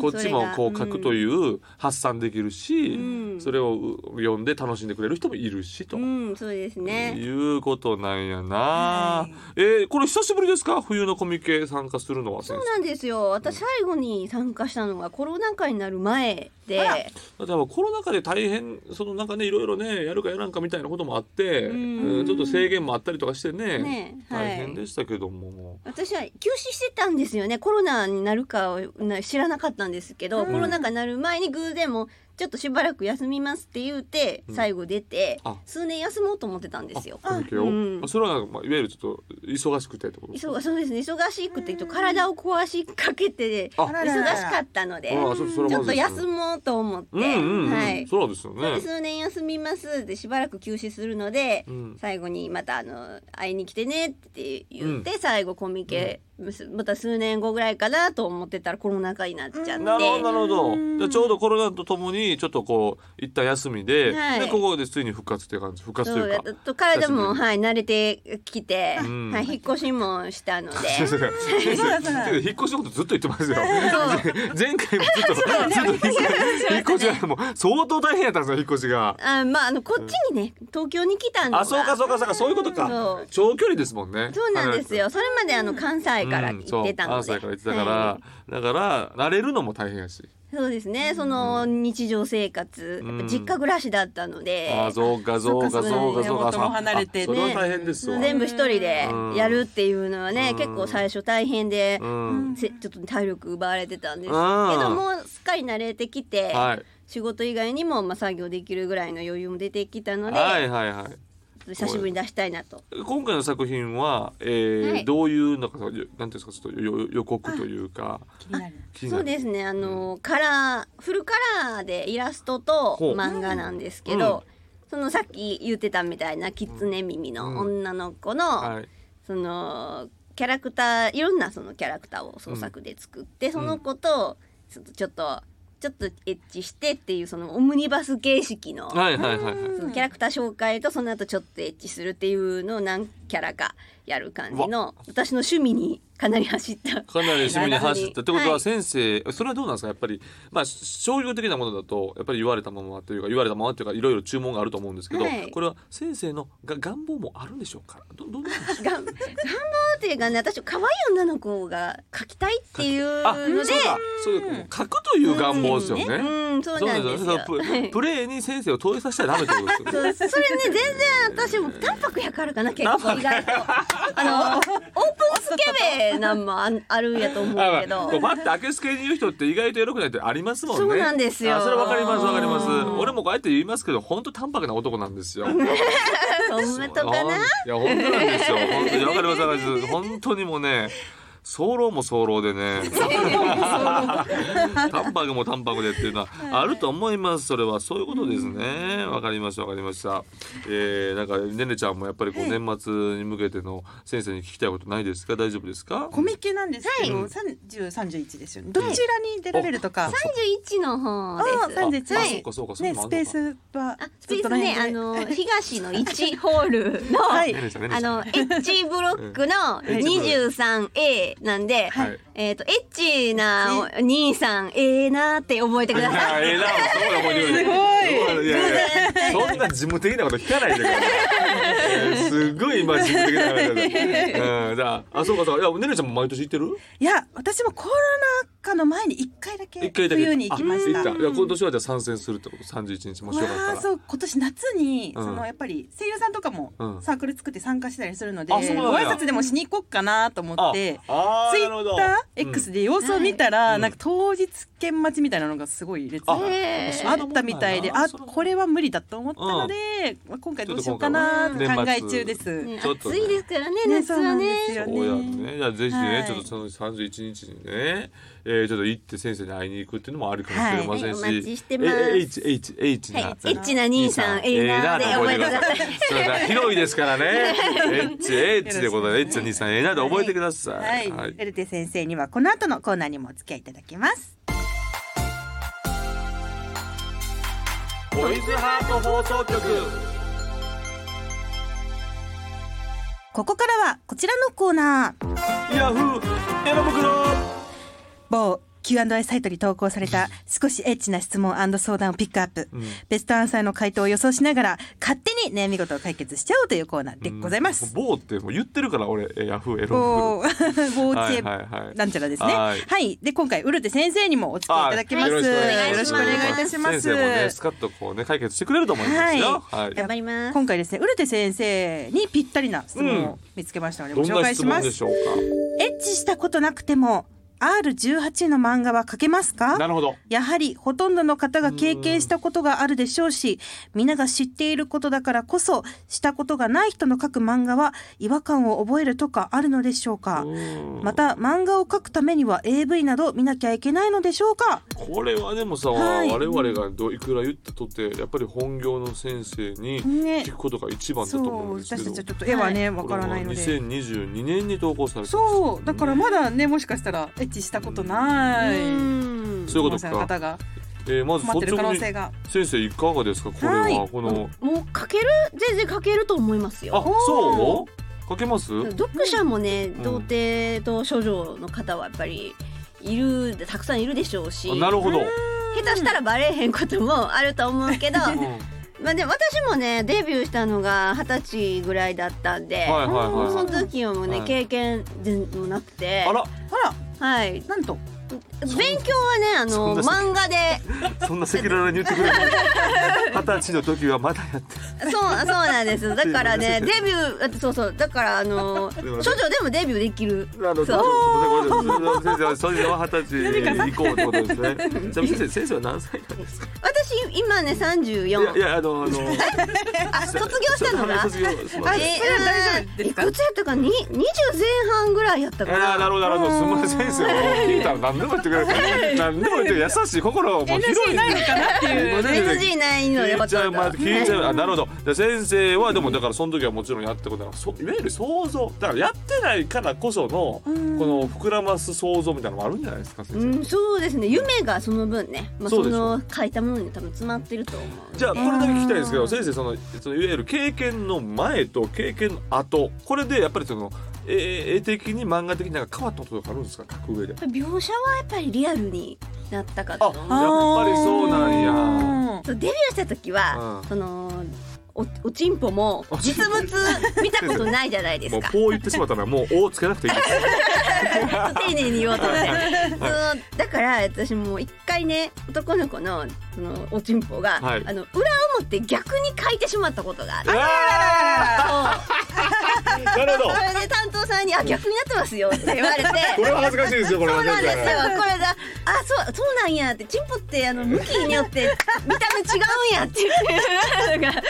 [SPEAKER 2] こっちもこう書くと
[SPEAKER 4] う
[SPEAKER 2] いう発散できるし
[SPEAKER 4] うん
[SPEAKER 2] それをう読んで楽しんでくれる人もいるしと
[SPEAKER 4] ん、。うん、そうですね。
[SPEAKER 2] いうことなんや
[SPEAKER 1] は
[SPEAKER 2] な、えーこれ久しぶりですか冬のコミケ参加するのは先
[SPEAKER 4] そう
[SPEAKER 2] 生
[SPEAKER 4] なんですよ私最後に参加したのがコロナ禍になる前で、
[SPEAKER 2] だってやっぱコロナ禍で大変そのなんかねいろいろねやるかやらんかみたいなこともあって、
[SPEAKER 4] うん
[SPEAKER 2] うんちょっと制限もあったりとかしてね
[SPEAKER 4] ねはい
[SPEAKER 2] 大変でしたけども、
[SPEAKER 4] 私は休止してたんですよねコロナになるかをな知らなかったんですけど、コロナがなる前に偶然もうちょっとしばらく休みますって言って
[SPEAKER 2] うん
[SPEAKER 4] 最後出て、
[SPEAKER 2] あ
[SPEAKER 4] 数年休もうと思ってたんですよ。
[SPEAKER 2] コミケを、
[SPEAKER 4] うん
[SPEAKER 2] それはなんか、まあ、いわゆるちょっと忙しくてってことですか
[SPEAKER 4] 忙そうですね忙しくて体を壊しかけて
[SPEAKER 2] あ
[SPEAKER 1] あ
[SPEAKER 4] 忙
[SPEAKER 1] ららら
[SPEAKER 4] しかったので
[SPEAKER 2] ああそそれ
[SPEAKER 4] ち
[SPEAKER 2] は
[SPEAKER 4] ょっ
[SPEAKER 2] まず
[SPEAKER 4] と
[SPEAKER 2] いですね
[SPEAKER 4] 休もうと思って、
[SPEAKER 2] うんうんうん、
[SPEAKER 4] はい、
[SPEAKER 2] そうなんですよね
[SPEAKER 4] 数年休みますでしばらく休止するので、
[SPEAKER 2] うん
[SPEAKER 4] 最後にまたあの会いに来てねって言って、最後コミケ、また数年後ぐらいかなと思ってたらコロナ禍になっちゃって、
[SPEAKER 2] なるほどなるほどでちょうどコロナとともにちょっとこう一旦休みで,、
[SPEAKER 4] はい
[SPEAKER 2] でここでついに復活っていう感じ復活と
[SPEAKER 4] そ
[SPEAKER 2] いうう (laughs) か
[SPEAKER 4] やっと体
[SPEAKER 2] 久し
[SPEAKER 4] も、
[SPEAKER 2] ぶ
[SPEAKER 4] はい、慣れてきて、
[SPEAKER 2] ん
[SPEAKER 4] はい、引っ越しもし
[SPEAKER 2] (laughs)
[SPEAKER 4] たので
[SPEAKER 2] 先生先
[SPEAKER 1] そうだそうだ
[SPEAKER 2] 生引っ越しのことずっと言ってますよ
[SPEAKER 4] そう
[SPEAKER 2] (laughs) 前回もずっとずっと引っ越し引っ越しがもう相当大変やったんですよ引っ越しが。
[SPEAKER 4] あまああのこっちにね、東京に来たのが
[SPEAKER 2] あそうかそうかそうかそういうこと
[SPEAKER 4] そ
[SPEAKER 2] か
[SPEAKER 4] う
[SPEAKER 2] 長距離ですもんね
[SPEAKER 4] そうなんですよそれまであの関西から
[SPEAKER 2] うん
[SPEAKER 4] 行ってたので、
[SPEAKER 2] そう関西から行ってた
[SPEAKER 4] は
[SPEAKER 2] から、だから慣れるのも大変やし、
[SPEAKER 4] いそうですねその日常生活、
[SPEAKER 2] うん
[SPEAKER 4] やっぱ実家暮らしだったので、
[SPEAKER 2] あそうかそうかそうかそうか
[SPEAKER 1] そうかそうか地元も離れてね
[SPEAKER 2] あそれは大変ですわ、
[SPEAKER 4] 全部一人でやるっていうのはね、
[SPEAKER 2] うん
[SPEAKER 4] 結構最初大変で、
[SPEAKER 2] うん
[SPEAKER 4] せちょっと体力奪われてたんです
[SPEAKER 2] う
[SPEAKER 4] けど
[SPEAKER 2] ん
[SPEAKER 4] もうすっかり慣れてきて、
[SPEAKER 2] はい
[SPEAKER 4] 仕事以外にもまあ作業できるぐらいの余裕も出てきたので、
[SPEAKER 2] はいはいはい
[SPEAKER 4] 久しぶりに出したいなと。
[SPEAKER 2] 今回の作品は、えー
[SPEAKER 4] はい
[SPEAKER 2] どういうなんかよなんていうんですかちょっとよ予告というか
[SPEAKER 1] 気になる。
[SPEAKER 2] 気にな
[SPEAKER 4] そ
[SPEAKER 2] る
[SPEAKER 4] うですねあの、カラーフルカラーでイラストと
[SPEAKER 2] ほう
[SPEAKER 4] 漫画なんですけど、そのさっき言ってたみたいな狐耳の女の子の、
[SPEAKER 2] はい
[SPEAKER 4] そのキャラクターいろんなそのキャラクターを創作で作って、その子とちょっとちょっとちょっとエッチしてっていうそのオムニバス形式の、
[SPEAKER 2] はいはいはいはい
[SPEAKER 4] そのキャラクター紹介とその後ちょっとエッチするっていうのを何キャラかやる感じの私の趣味にかなり走 (laughs) った
[SPEAKER 2] かなり趣味に走ったってこと
[SPEAKER 4] は
[SPEAKER 2] はい先生、それはどうなんですかやっぱりまあ商業的なものだとやっぱり言われたままというか言われたままというかいろいろ注文があると思うんですけど、
[SPEAKER 4] はい
[SPEAKER 2] これは先生のが願望もあるんでしょうかどどうなんでしょう
[SPEAKER 4] がん願望っていうかね私可愛い女の子が描きたいっていう
[SPEAKER 2] あ
[SPEAKER 4] ので
[SPEAKER 2] そうかそういう書くという願望ですよね。
[SPEAKER 4] うん、そうなんで
[SPEAKER 2] そ
[SPEAKER 4] す
[SPEAKER 2] う
[SPEAKER 4] よ
[SPEAKER 2] なんですよそのププレーに先生を投影させちゃダメってことですよ
[SPEAKER 4] そ
[SPEAKER 2] ね。
[SPEAKER 4] うそれね全然私も淡白やからかな結
[SPEAKER 2] (laughs)
[SPEAKER 4] 構意外とあのオープンスケベなんもあんあるんやと思うけ
[SPEAKER 2] あまあ
[SPEAKER 4] ど
[SPEAKER 2] こうパッて開けすけに言う人って意外とエロくないってありますもんね。
[SPEAKER 4] そうなんですよ
[SPEAKER 2] あそれわかりますわかります
[SPEAKER 4] うん。
[SPEAKER 2] 俺もこうやって言いますけど、本当淡白な男なんですよ。
[SPEAKER 4] (laughs) ほんまとか
[SPEAKER 2] い
[SPEAKER 4] な
[SPEAKER 2] や本当なんですよ。本当にわかりますわかります。本当にもうね。早漏も早漏でね。淡白も淡白でっていうのはあると思います。それはそういうことですね。わかりましたわかりました。えー、なんかねねちゃんもやっぱりこう年末に向けての先生に聞きたいことないですか。大丈夫ですか。
[SPEAKER 1] コミケなんですけ
[SPEAKER 2] は
[SPEAKER 1] ど、
[SPEAKER 2] い
[SPEAKER 1] 三十三十一ですよね。どちらに出られるとか、
[SPEAKER 4] 31の方です
[SPEAKER 1] あ31
[SPEAKER 2] あ
[SPEAKER 4] は
[SPEAKER 2] そう
[SPEAKER 4] い
[SPEAKER 2] かそうかそう
[SPEAKER 1] ね
[SPEAKER 2] いうのもあ
[SPEAKER 1] ス
[SPEAKER 2] んの
[SPEAKER 1] ペ
[SPEAKER 2] か
[SPEAKER 1] ースは
[SPEAKER 4] あスペ
[SPEAKER 1] ちょっと
[SPEAKER 4] ースねあ
[SPEAKER 1] ね
[SPEAKER 4] の東の1ホールの、
[SPEAKER 1] はい
[SPEAKER 2] ねねちゃんね
[SPEAKER 4] あ
[SPEAKER 2] ねちゃん。
[SPEAKER 4] のエッチブロックの 23A なんで、
[SPEAKER 2] はい
[SPEAKER 4] えっ、とエッチなお兄さんええなって覚えてください。
[SPEAKER 2] いやええなそこで覚えてくれる
[SPEAKER 1] すごい
[SPEAKER 2] いやいやそんな事務的なこと聞かないでくださいすごい今事務的な話だうんじゃああそうかそうかいやねねちゃんも毎年行ってる
[SPEAKER 1] いや私もコロナ禍の前に一回だけ
[SPEAKER 2] 一回だけ
[SPEAKER 1] 冬に行きました。
[SPEAKER 2] あ行ったいや今年はじゃあ参戦するってこと三十一日もしよか
[SPEAKER 1] わ
[SPEAKER 2] っ
[SPEAKER 1] あ
[SPEAKER 2] たら
[SPEAKER 1] そう今年夏に、
[SPEAKER 2] うん
[SPEAKER 1] そのやっぱり声優さんとかも
[SPEAKER 2] うん
[SPEAKER 1] サークル作って参加したりするので、
[SPEAKER 2] あそうなんや
[SPEAKER 1] ご挨拶でもしに行こっかなと思って。
[SPEAKER 2] あ
[SPEAKER 1] ツイ
[SPEAKER 2] ーなるほ
[SPEAKER 1] ッ
[SPEAKER 2] ど
[SPEAKER 1] ター X で様子を見たら、
[SPEAKER 2] うん
[SPEAKER 1] なんか当日券待ちみたいなのがすごい列
[SPEAKER 2] あ
[SPEAKER 1] が
[SPEAKER 4] へー
[SPEAKER 1] あったみたいで、あこれは無理だと思ったので、まあ今回どうしようかなと
[SPEAKER 2] ちょっと今
[SPEAKER 1] 考
[SPEAKER 2] 回
[SPEAKER 1] え
[SPEAKER 2] は
[SPEAKER 1] 中です。
[SPEAKER 4] ね
[SPEAKER 2] ちょっとね
[SPEAKER 4] 暑いですからね夏はね。
[SPEAKER 1] よ
[SPEAKER 2] そうやね。じゃあぜひね、
[SPEAKER 1] はい
[SPEAKER 2] ちょっとその三十一日にね、えー、ちょっと行って先生に会いに行くっていうのもあるかもしれませんし、
[SPEAKER 4] はいはいお待ちしてます
[SPEAKER 2] ええ H H H な、
[SPEAKER 4] はいエッチな兄さんええなで覚えてください。
[SPEAKER 2] そうだ広いですからね。H H でございます。H 兄さんええなで覚えてくださ。
[SPEAKER 1] はいい、エルテ先生にはこの後のコーナーにもお付き合いいただきます。
[SPEAKER 2] ボイズハート放送局。
[SPEAKER 1] ここからはこちらのコーナー。
[SPEAKER 2] ヤフーエロ袋。
[SPEAKER 1] 某 Q&A サイトに投稿された少しエッチな質問相談をピックアップ。
[SPEAKER 2] うん
[SPEAKER 1] ベストアンサーの回答を予想しながら勝手に悩み事を解決しちゃおうというコーナーでございま
[SPEAKER 2] うん
[SPEAKER 1] す。
[SPEAKER 2] 某ってもう言ってるから俺ヤフーエロ
[SPEAKER 1] おー、ボ
[SPEAKER 2] 袋。
[SPEAKER 1] ーチエ
[SPEAKER 2] はいはいはい。
[SPEAKER 1] なんちゃらですね。
[SPEAKER 2] は
[SPEAKER 1] はいい、で今回ウルテ先生にもお付き合いいただきます。
[SPEAKER 2] あよろしくお願いし
[SPEAKER 1] よろしく
[SPEAKER 2] ます
[SPEAKER 1] お願いいたします。
[SPEAKER 2] 先生もねスカッとこうね解決してくれると思いますよ。はい。
[SPEAKER 4] 頑張ります。
[SPEAKER 1] 今回ですね、ウルテ先生にぴったりな質問を見つけましたので、
[SPEAKER 2] ど
[SPEAKER 1] ご
[SPEAKER 2] ん
[SPEAKER 1] 紹
[SPEAKER 2] な
[SPEAKER 1] 介
[SPEAKER 2] 質
[SPEAKER 1] しま
[SPEAKER 2] 問ですし。ょう
[SPEAKER 1] エッチしたことなくても R18 の漫画は描けます
[SPEAKER 2] か。な
[SPEAKER 1] か
[SPEAKER 2] るほど。
[SPEAKER 1] やはりほとんどの方が経験したことがあるでしょうし皆が知っていることだからこそしたことがない人の描く漫画は違和感を覚えるとかあるのでしょうか
[SPEAKER 2] うん
[SPEAKER 1] また漫画を描くためには AV など見なきゃいけないのでしょうか
[SPEAKER 2] これはでもさ、
[SPEAKER 1] はい
[SPEAKER 2] 我々がどいくら言ったとてやっぱり本業の先生に
[SPEAKER 1] ね
[SPEAKER 2] 聞くことが一番だと
[SPEAKER 1] そ
[SPEAKER 2] 思
[SPEAKER 1] う
[SPEAKER 2] うんですけ
[SPEAKER 1] 私
[SPEAKER 2] ど
[SPEAKER 1] たちはちょっと絵はねわからないの
[SPEAKER 2] これ
[SPEAKER 1] で
[SPEAKER 2] は2022年に投稿されてます
[SPEAKER 1] そうだからまだねもしかしたらエッチしたことな
[SPEAKER 4] う
[SPEAKER 1] い
[SPEAKER 4] ん
[SPEAKER 2] そういうこと
[SPEAKER 1] 皆さんの
[SPEAKER 2] か、
[SPEAKER 1] 方が
[SPEAKER 2] えー、まず
[SPEAKER 1] 待って
[SPEAKER 2] 率
[SPEAKER 1] る可
[SPEAKER 2] 直
[SPEAKER 1] 能
[SPEAKER 2] に
[SPEAKER 1] 性が
[SPEAKER 2] 先生いかがですかこれは、
[SPEAKER 1] はい
[SPEAKER 2] この
[SPEAKER 4] もう書ける全然書けると思います
[SPEAKER 2] あ
[SPEAKER 4] よ。
[SPEAKER 2] そう書けます、
[SPEAKER 4] 読者もね
[SPEAKER 2] ん
[SPEAKER 4] 童貞と処女の方はやっぱりいるたくさんいるでしょうし
[SPEAKER 2] あな
[SPEAKER 4] 下
[SPEAKER 2] るほど、
[SPEAKER 4] 手したらバレへんこともあると思うけど
[SPEAKER 2] うん (laughs) はい
[SPEAKER 4] まあでも私もねデビューしたのが二十歳ぐらいだったんで、
[SPEAKER 2] はいはい
[SPEAKER 4] そ
[SPEAKER 2] は
[SPEAKER 4] の時はもうね、
[SPEAKER 2] はい
[SPEAKER 4] 経験全もなくて
[SPEAKER 2] いあら
[SPEAKER 1] ほら
[SPEAKER 4] はい
[SPEAKER 1] なんと
[SPEAKER 4] 勉強はねあの
[SPEAKER 2] そんな
[SPEAKER 4] 漫画で
[SPEAKER 2] そんな赤裸々に言ってくれる二十歳の時はまだやって
[SPEAKER 4] そうそうな
[SPEAKER 2] (laughs)
[SPEAKER 4] んですだからねデビューあそうそうだからあの
[SPEAKER 2] すい
[SPEAKER 4] 処
[SPEAKER 2] ま
[SPEAKER 4] 女
[SPEAKER 2] せん
[SPEAKER 4] でもデビューできる
[SPEAKER 2] あの、ちょっとごめんなさい先生は、それでは二十歳以降ってことですね。ちなみに先生、先生は何歳なんですか。
[SPEAKER 4] 私今ね
[SPEAKER 2] いや、い
[SPEAKER 4] 34
[SPEAKER 2] や、あの、あの、
[SPEAKER 4] あ卒業したのが
[SPEAKER 2] 卒業しま
[SPEAKER 4] あ
[SPEAKER 2] す。
[SPEAKER 4] え
[SPEAKER 1] れは大丈夫ですか
[SPEAKER 4] いくつやったかに20前半ぐらいやった
[SPEAKER 2] あ
[SPEAKER 4] か
[SPEAKER 2] ー
[SPEAKER 4] ら
[SPEAKER 2] なるほど、なるほど、すみません、先生、聞いたら、何何でも言ってくれる何でも言ってくれる優しい心をもう広
[SPEAKER 1] NG
[SPEAKER 2] い
[SPEAKER 1] ないのかなっていうね
[SPEAKER 4] NG ないの
[SPEAKER 2] 聞
[SPEAKER 4] で
[SPEAKER 2] い
[SPEAKER 4] ほ
[SPEAKER 2] ちゃ
[SPEAKER 4] と
[SPEAKER 2] うんまあ
[SPEAKER 4] ど
[SPEAKER 2] 聞いちゃうあなるほどじゃあ先生はでもだからその時はもちろんやってことだからそいわゆる想像だからやってないからこそのこの膨らます想像みたいなのもあるんじゃないですか先
[SPEAKER 4] う
[SPEAKER 2] 生
[SPEAKER 4] ん、そうですね夢がその分ね、まあ、
[SPEAKER 2] そ
[SPEAKER 4] そう
[SPEAKER 2] でしょ
[SPEAKER 4] の書いたものに多分詰まってると思うので
[SPEAKER 2] じゃあこれだけ聞きたいんですけど先生そのそのいわゆる経験の前と経験の後これでやっぱりそのえ絵的に漫画的になんか変わったこととかあるんですか書く上で。
[SPEAKER 4] やっぱり描写はやっぱりリアルになったか
[SPEAKER 2] あ
[SPEAKER 4] と
[SPEAKER 2] やっ
[SPEAKER 4] 思う
[SPEAKER 2] ぱりそうなんや。
[SPEAKER 4] そうデビューした時は、
[SPEAKER 2] うん
[SPEAKER 4] そのおおちんぽも実物見たことないじゃないで
[SPEAKER 2] も
[SPEAKER 4] す
[SPEAKER 2] う
[SPEAKER 4] か
[SPEAKER 2] こう言ってしまったらもう「お」をつけなくていいです。
[SPEAKER 4] (laughs) 丁寧に言おうと思
[SPEAKER 2] (laughs)
[SPEAKER 4] ってそうだから私もう一回ね男の子のそのおちんぽが、
[SPEAKER 2] はい
[SPEAKER 4] あの裏表逆に書いてしまったことがあって
[SPEAKER 2] あ
[SPEAKER 4] そ
[SPEAKER 2] ー (laughs) なるほど
[SPEAKER 4] う。それで担当さんに「あ逆になってますよ」って言われて。
[SPEAKER 2] これは恥ずかしいですよこれ
[SPEAKER 4] そ
[SPEAKER 2] は
[SPEAKER 4] うなんですよ。これ
[SPEAKER 2] ね。
[SPEAKER 4] だ。あ、そう、そうなんやって、チンポって、あの、向きによって、見た目違うんやっていうのが、
[SPEAKER 2] 先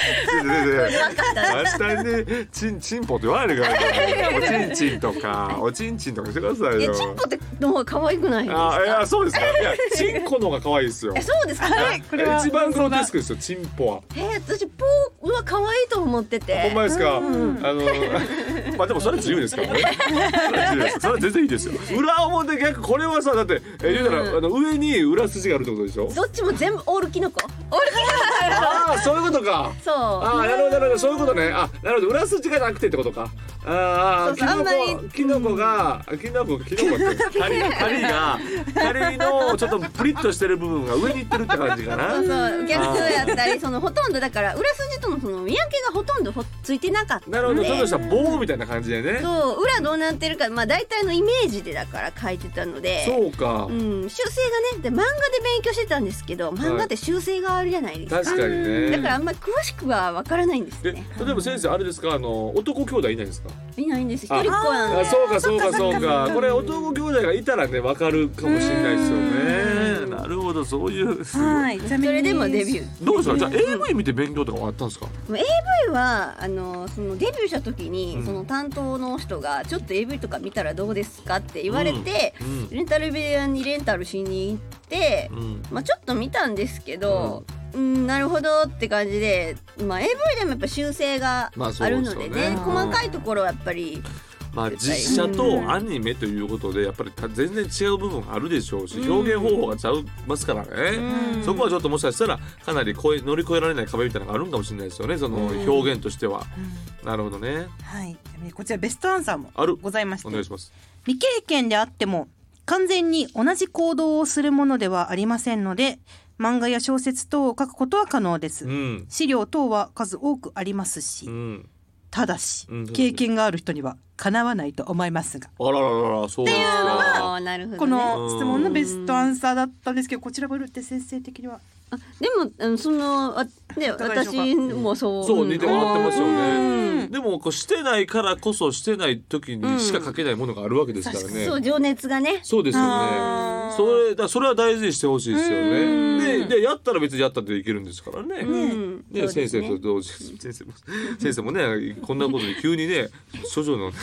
[SPEAKER 2] 生
[SPEAKER 4] 分かった。
[SPEAKER 2] 明日にチンチンポって言われるから、ね、おちんちんと (laughs) かおちんちんとかしてください
[SPEAKER 4] いや、
[SPEAKER 2] よ
[SPEAKER 4] チンポって、の方が可愛くないですか。
[SPEAKER 2] あいやそうですかいやチンコの方が可愛いですよ
[SPEAKER 4] え、そうですか。
[SPEAKER 1] はいこれは
[SPEAKER 2] 一番グロテスクですよチンポは
[SPEAKER 4] えー、私、ポーは可愛いと思って
[SPEAKER 2] ほん
[SPEAKER 4] て。
[SPEAKER 2] まですか、あ
[SPEAKER 4] (laughs)
[SPEAKER 2] のまあでもそれ自由ですからねそれは自由ですそれは全然いいですよ裏表逆これはさだってえ言うたら、あの上に裏筋があるってことでしょ
[SPEAKER 4] どっちも全部オールキノコ。オールキノ
[SPEAKER 2] ああそういうことか
[SPEAKER 4] コ。そう。
[SPEAKER 2] ああなるほどなるほどそういうことねあなるほど裏筋がなくてってことかああキ
[SPEAKER 4] そうそう
[SPEAKER 2] ノ
[SPEAKER 4] あんま
[SPEAKER 2] コキノコがキノコキノコって
[SPEAKER 4] (laughs)
[SPEAKER 2] 針針が針のちょっとプリッとしてる部分が上にいってるって感じかな
[SPEAKER 4] そうそう逆やったりそのほとんどだから裏筋とのその見分けがほとんどほついてなかった
[SPEAKER 2] なるほどちょっとした棒みたいな感じでね
[SPEAKER 4] そう裏どうなってるかまあ大体のイメージでだから書いてたので
[SPEAKER 2] そうか、
[SPEAKER 4] うん、修正がねで漫画で勉強してたんですけど漫画って修正があるじゃないですか、
[SPEAKER 2] 確かにね
[SPEAKER 4] だからあんまり詳しくはわからないんです
[SPEAKER 2] え
[SPEAKER 4] よ
[SPEAKER 2] 例
[SPEAKER 4] ね
[SPEAKER 2] えば先生あれですかあの男兄弟いないんですか
[SPEAKER 4] いないんです一人っ子なん
[SPEAKER 2] あ
[SPEAKER 4] で
[SPEAKER 2] そうかそうか
[SPEAKER 1] そ
[SPEAKER 2] そう
[SPEAKER 1] か
[SPEAKER 2] う
[SPEAKER 1] そう
[SPEAKER 2] か
[SPEAKER 1] か
[SPEAKER 2] これ男兄弟がいたらねわかるかもしれないですよねなるほどそういうすごい
[SPEAKER 1] はい、そ
[SPEAKER 4] それでもデビュー
[SPEAKER 2] どうですかじゃあ AV 見て勉強とかもあったんですか
[SPEAKER 4] もう AV はあのそのデビューした時に、
[SPEAKER 2] うん
[SPEAKER 4] その担当の人が「ちょっと AV とか見たらどうですか?」って言われて、
[SPEAKER 2] うん
[SPEAKER 4] レンタル部屋にレンタルしに行って、
[SPEAKER 2] うん
[SPEAKER 4] まあ、ちょっと見たんですけど、うん、なるほどって感じで、まあ、AV でもやっぱ修正が
[SPEAKER 2] まあそう
[SPEAKER 4] あ
[SPEAKER 2] で
[SPEAKER 4] る
[SPEAKER 2] す
[SPEAKER 4] の
[SPEAKER 2] よね
[SPEAKER 4] で
[SPEAKER 2] う
[SPEAKER 4] ね,、
[SPEAKER 2] ん
[SPEAKER 4] 細かいところはやっぱり
[SPEAKER 2] まあ実写とアニメということでやっぱり全然違う部分があるでしょうし表現方法がちゃいますからね
[SPEAKER 4] うん
[SPEAKER 2] そこはちょっともしかしたらかなり越え乗り越えられない壁みたいなのがあるんかもしれないですよねその表現としてはなるほどね
[SPEAKER 1] はい、こちらベストアンサーも
[SPEAKER 2] ある
[SPEAKER 1] ございまして
[SPEAKER 2] お願いします
[SPEAKER 1] 未経験であっても完全に同じ行動をするものではありませんので漫画や小説等を書くことは可能です、
[SPEAKER 2] うん
[SPEAKER 1] 資料等は数多くありますし、
[SPEAKER 2] うん
[SPEAKER 1] ただし、
[SPEAKER 2] うん
[SPEAKER 1] 経験がある人にはかなわないと思いますが
[SPEAKER 2] あららららそうですか
[SPEAKER 4] あーなるほど、ね、
[SPEAKER 1] この質問のベストアンサーだったんですけどこちらもいるって先生的には
[SPEAKER 4] でもあのそのあで
[SPEAKER 1] かがでしょうか
[SPEAKER 4] 私もそう
[SPEAKER 2] そう、
[SPEAKER 4] ん
[SPEAKER 2] 似てもらってますよ
[SPEAKER 1] う
[SPEAKER 2] ね。
[SPEAKER 1] ん
[SPEAKER 2] でも、こうしてないからこそ、してない時にしか書けないものがあるわけですからね。
[SPEAKER 4] そう情熱がね
[SPEAKER 2] そうですよ
[SPEAKER 1] あ
[SPEAKER 2] ね
[SPEAKER 1] ー。
[SPEAKER 2] それ、だ、それは大事にしてほしいですよね。で、で、やったら別にやったっていけるんですからね。
[SPEAKER 4] うん
[SPEAKER 2] ね
[SPEAKER 4] そうで
[SPEAKER 2] 先
[SPEAKER 4] す
[SPEAKER 2] 生
[SPEAKER 4] ね
[SPEAKER 2] と同時先生も先生もねこんなことで急にね処女のね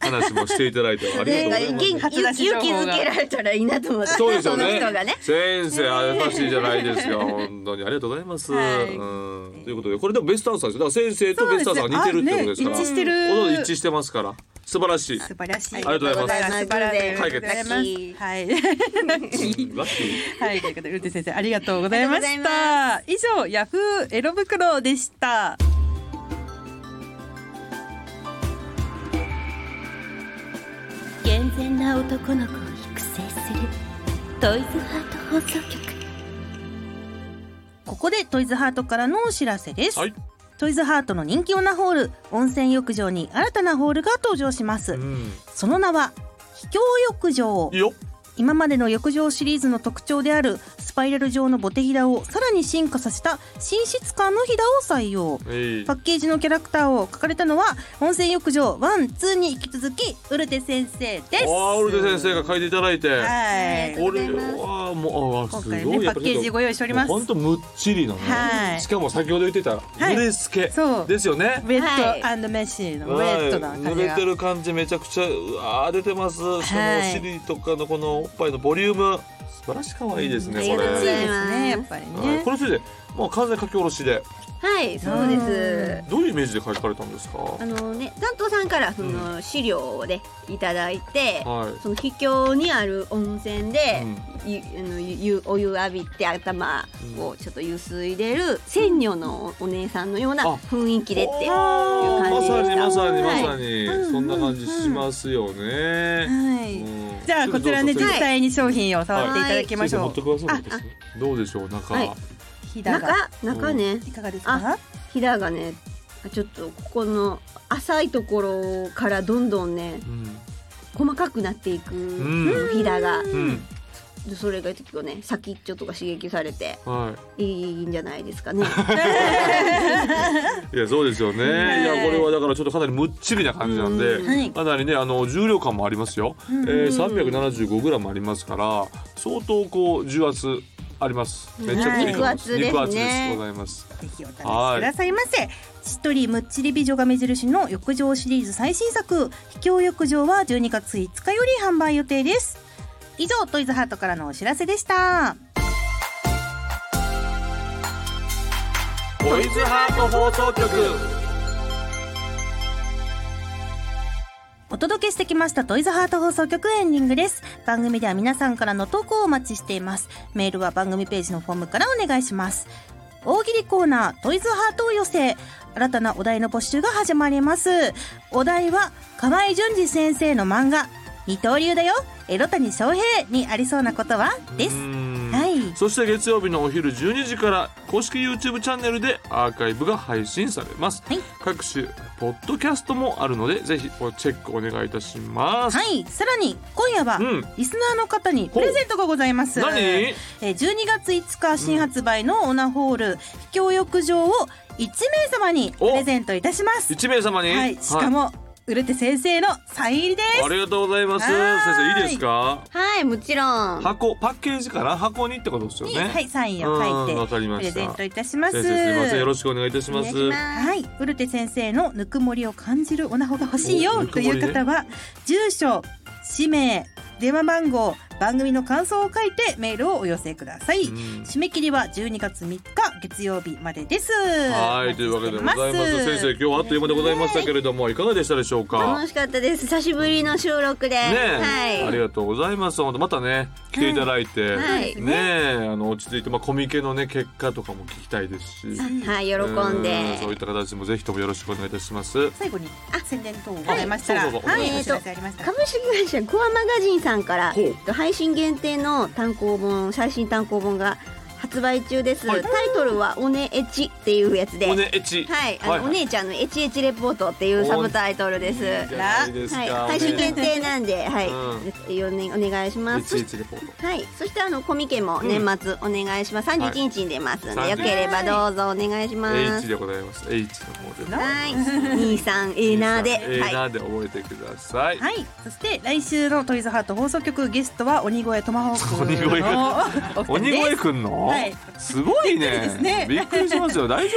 [SPEAKER 2] 話もしていただいてありがとうございます。
[SPEAKER 4] なんか元気勇気づけられたらいいなと思って
[SPEAKER 2] そうですよ
[SPEAKER 4] の
[SPEAKER 2] ね
[SPEAKER 4] 人がね。
[SPEAKER 2] 先生優しいじゃないですか。本当にありがとうございます。
[SPEAKER 1] はい
[SPEAKER 2] うんということでこれでもベストアンサーですよ。だから先生とベストアンサーが似てるってことですから。
[SPEAKER 1] そうですねあね一致してる
[SPEAKER 2] うん一致してますから。素晴らしい。
[SPEAKER 1] 素晴らしい
[SPEAKER 2] ありがとうございます
[SPEAKER 1] 素晴らしい
[SPEAKER 2] 解決
[SPEAKER 1] ありがとうございますはいラッキー
[SPEAKER 2] ラッキー。
[SPEAKER 1] はい、ということで、うて先生、ありがとうございま
[SPEAKER 4] あり
[SPEAKER 1] し
[SPEAKER 4] がとうござ
[SPEAKER 1] た。以上、ヤフーエロ袋でした。
[SPEAKER 5] 健全な男の子を育成するトイズハート放送局
[SPEAKER 1] ここでトイズハートからのお知らせです。
[SPEAKER 2] はい
[SPEAKER 1] トイズハートの人気オナホール、温泉浴場に新たなホールが登場します。
[SPEAKER 2] うん。
[SPEAKER 1] その名は、秘境浴場
[SPEAKER 2] いい。よ。
[SPEAKER 1] 今までの浴場シリーズの特徴であるスパイラル状のボテヒダをさらに進化させた新質感のヒダを採用
[SPEAKER 2] えい
[SPEAKER 1] パッケージのキャラクターを描かれたのは温泉浴場ワンツーに引き続きウルテ先生です
[SPEAKER 2] あーウルテ先生が書いていただいて
[SPEAKER 1] はい
[SPEAKER 2] これはもうあー
[SPEAKER 1] 今
[SPEAKER 2] すごい
[SPEAKER 1] 回ね
[SPEAKER 2] や
[SPEAKER 1] パ
[SPEAKER 2] っぱ
[SPEAKER 1] ッケ
[SPEAKER 2] りちょ
[SPEAKER 1] ー
[SPEAKER 2] っ
[SPEAKER 1] ジ
[SPEAKER 2] と
[SPEAKER 1] ご用意しております
[SPEAKER 2] 本当むっちりのね、
[SPEAKER 1] はい
[SPEAKER 2] しかも先ほど言ってた
[SPEAKER 1] い
[SPEAKER 2] 濡れすけ
[SPEAKER 1] そう
[SPEAKER 2] ですよね
[SPEAKER 1] ウェ
[SPEAKER 4] はい
[SPEAKER 1] ットメッシーのウェットな
[SPEAKER 2] はい
[SPEAKER 1] 感じが、
[SPEAKER 2] 濡れてる感じめちゃくちゃうわー出てます、しかもお尻とかのこのおっぱいのボリューム素晴らしく可愛いですね、
[SPEAKER 4] あり
[SPEAKER 2] こ
[SPEAKER 4] がとうご
[SPEAKER 1] 暑い
[SPEAKER 4] ざ
[SPEAKER 2] れ
[SPEAKER 1] ですねやっぱり
[SPEAKER 2] はい
[SPEAKER 1] ね
[SPEAKER 2] これついてもう完全に書き下ろしで
[SPEAKER 4] はい、そうです。
[SPEAKER 2] どういうイメージで書かれたんですかは
[SPEAKER 4] あのね、担当さんからその資料をね、いただいて、
[SPEAKER 2] い
[SPEAKER 4] その秘境にある温泉で、ゆあのゆゆお湯浴びて頭をちょっとゆすいでる鮮魚のお姉さんのような
[SPEAKER 2] あ
[SPEAKER 4] 雰囲気でっていう
[SPEAKER 2] あー
[SPEAKER 4] 感じでした。
[SPEAKER 2] まさにま
[SPEAKER 4] は
[SPEAKER 2] さ
[SPEAKER 4] い
[SPEAKER 2] にまさに、そんな感じしますよね、
[SPEAKER 1] はい
[SPEAKER 2] うん
[SPEAKER 1] じゃあこちらね
[SPEAKER 2] ちょっ
[SPEAKER 1] 実
[SPEAKER 2] と
[SPEAKER 1] 際に商品を触っていただ
[SPEAKER 2] ち
[SPEAKER 1] き
[SPEAKER 2] ょっと
[SPEAKER 1] ましょう、
[SPEAKER 2] ちょっと持ってください私どうでしょう中、
[SPEAKER 4] はい
[SPEAKER 1] ひだが
[SPEAKER 4] 中中ね、
[SPEAKER 1] いかがですか
[SPEAKER 4] ひだがね、ちょっとここの浅いところからどんどんね
[SPEAKER 2] うん
[SPEAKER 4] 細かくなってい
[SPEAKER 2] ん
[SPEAKER 4] くひだが、
[SPEAKER 2] うん
[SPEAKER 4] でそれが結構ね先っちょとか刺激されて
[SPEAKER 2] はい
[SPEAKER 4] いいんじゃないで
[SPEAKER 2] (laughs)
[SPEAKER 4] すかね。
[SPEAKER 2] いやそうですよね。い
[SPEAKER 4] い
[SPEAKER 2] やこれはだからちょっとかなりむっちりな感じなんで、
[SPEAKER 4] うんはい
[SPEAKER 2] かなりねあの重量感もありますよ。えー、375グラムありますから、相当こう重圧あります。めっちゃくちゃいいと思います
[SPEAKER 4] はい
[SPEAKER 2] 肉
[SPEAKER 4] 肉
[SPEAKER 2] 厚
[SPEAKER 4] 厚
[SPEAKER 2] で
[SPEAKER 4] ですすね
[SPEAKER 2] ございます。
[SPEAKER 1] ぜひお試しくださいませしっとりむっちり美女が目印の浴場シリーズ最新作「秘境浴場」は12月5日より販売予定です以上トイズハートからのお知らせでした
[SPEAKER 2] ボイズハート放送局。
[SPEAKER 1] お届けしてきましたトイズハート放送局エンディングです番組では皆さんからの投稿をお待ちしていますメールは番組ページのフォームからお願いします大喜利コーナートイズハートを寄せ新たなお題の募集が始まりますお題は河合淳二先生の漫画二刀流だよエロ谷翔平にありそうなことはです
[SPEAKER 2] は。
[SPEAKER 1] はいい
[SPEAKER 2] そして月曜日のお昼12時から公式 YouTube チャンネルでアーカイブが配信されます。
[SPEAKER 1] はい
[SPEAKER 2] 各種ポッドキャストもあるのでぜひチェックお願いいたします。
[SPEAKER 1] はいさらに今夜は
[SPEAKER 2] うん
[SPEAKER 1] リスナーの方にプレゼントがございます
[SPEAKER 2] 何？
[SPEAKER 1] えー12月5日新発売のオナホール秘境浴場を1名様にプレゼントいたします。
[SPEAKER 2] 一名様に。
[SPEAKER 1] はい、しかも、ウルテ先生のサイン入りで
[SPEAKER 2] ありがとうございます。
[SPEAKER 1] は
[SPEAKER 2] 先
[SPEAKER 1] ーい
[SPEAKER 2] 生いいですか？
[SPEAKER 4] はい、もちろん。
[SPEAKER 2] 箱パッケージから箱にってことですよ
[SPEAKER 1] す。
[SPEAKER 2] ね。
[SPEAKER 1] にはい、サインを書い
[SPEAKER 2] うんわ
[SPEAKER 1] て
[SPEAKER 2] かりま
[SPEAKER 1] プレ
[SPEAKER 2] し
[SPEAKER 1] ゼン
[SPEAKER 2] た。
[SPEAKER 1] ト
[SPEAKER 2] 先
[SPEAKER 1] いたします。
[SPEAKER 2] 生すみませんよろしくお願いいたします。
[SPEAKER 1] はい、ウルテ先生のぬくもりを感じるオナホが欲しい
[SPEAKER 2] お
[SPEAKER 1] よ
[SPEAKER 2] ぬく
[SPEAKER 1] と
[SPEAKER 2] も
[SPEAKER 1] い
[SPEAKER 2] り
[SPEAKER 1] う
[SPEAKER 2] ね
[SPEAKER 1] 方は、住所、氏名、電話番号、番組の感想を書いてメールをお寄せください。
[SPEAKER 2] うん
[SPEAKER 1] 締め切りは12月3日月曜日までです。
[SPEAKER 2] はいというわけでござい
[SPEAKER 1] お
[SPEAKER 2] ま
[SPEAKER 1] 待ち
[SPEAKER 2] す
[SPEAKER 1] して
[SPEAKER 2] 先生今日はあっという間でございましたけれどもいかがでしたでしょうか
[SPEAKER 4] 楽
[SPEAKER 2] ね
[SPEAKER 4] しかったです。久しぶりの収録で。
[SPEAKER 2] えあ
[SPEAKER 4] は
[SPEAKER 2] り
[SPEAKER 4] い。
[SPEAKER 2] がとうございます本当またね来ていただいて
[SPEAKER 4] はい
[SPEAKER 2] ねえあの落ち着いてまあコミケのね結果とかも聞きたいですし
[SPEAKER 4] はい、喜ん
[SPEAKER 2] う
[SPEAKER 4] で。
[SPEAKER 2] そういった形もぜひともよろしくお願いいたします
[SPEAKER 1] 最後に宣伝等をございました
[SPEAKER 2] は
[SPEAKER 1] ら、
[SPEAKER 2] いそうそうそう
[SPEAKER 1] は
[SPEAKER 2] お願いし
[SPEAKER 1] い、お
[SPEAKER 2] ます
[SPEAKER 1] 知らせありましたら。
[SPEAKER 4] 株式会社コアマガジンさんから
[SPEAKER 2] ほう
[SPEAKER 4] 配信限定の単行本最新単行本が発売中です、
[SPEAKER 2] はい
[SPEAKER 4] タイトルは「おねえち」っていうやつで、
[SPEAKER 2] おねえち
[SPEAKER 4] はいあのお姉ちゃんの「えちえちレポート」っていうサブタイトルです
[SPEAKER 2] いいじゃないですか
[SPEAKER 4] はい、
[SPEAKER 2] ね
[SPEAKER 4] 配信限定なんで、はい、おねお願いしま
[SPEAKER 2] い
[SPEAKER 4] す。
[SPEAKER 2] ちいちレポート
[SPEAKER 4] はい、そしてあのコミケも年末お願いします。三十一日に出ますので、
[SPEAKER 2] はい
[SPEAKER 4] よければどうぞお願いしま
[SPEAKER 2] H
[SPEAKER 4] す。
[SPEAKER 2] でございます。H の方でございます。
[SPEAKER 4] はい、 (laughs) 兄さんエナーで、
[SPEAKER 2] えー
[SPEAKER 4] は
[SPEAKER 2] なーで覚えてください。
[SPEAKER 1] はい、そして来週のトイズハート放送局ゲストは鬼越トマホーク
[SPEAKER 2] 鬼越
[SPEAKER 1] のお
[SPEAKER 2] 鬼
[SPEAKER 1] 二人
[SPEAKER 2] 越
[SPEAKER 1] です。
[SPEAKER 2] くんの、
[SPEAKER 1] はい
[SPEAKER 2] すごい
[SPEAKER 1] で
[SPEAKER 2] ね
[SPEAKER 1] すね
[SPEAKER 2] びっくりしますよ。大丈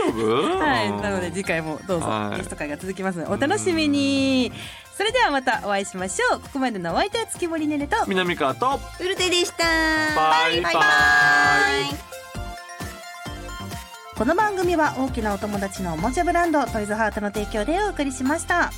[SPEAKER 1] (laughs)
[SPEAKER 2] 夫？
[SPEAKER 1] はい、
[SPEAKER 2] うん
[SPEAKER 1] なので次回もどうぞ
[SPEAKER 2] はい
[SPEAKER 1] ゲスト会が続きますのでお楽しみに。それではまたお会いしましょう。ここまでのお相手は月森ねねと。
[SPEAKER 2] 南川と
[SPEAKER 4] い、ウルテでした。
[SPEAKER 2] バイバイ
[SPEAKER 1] この番組は大きなお友達のおもちゃブランドトイズハートの提供でお送りしました。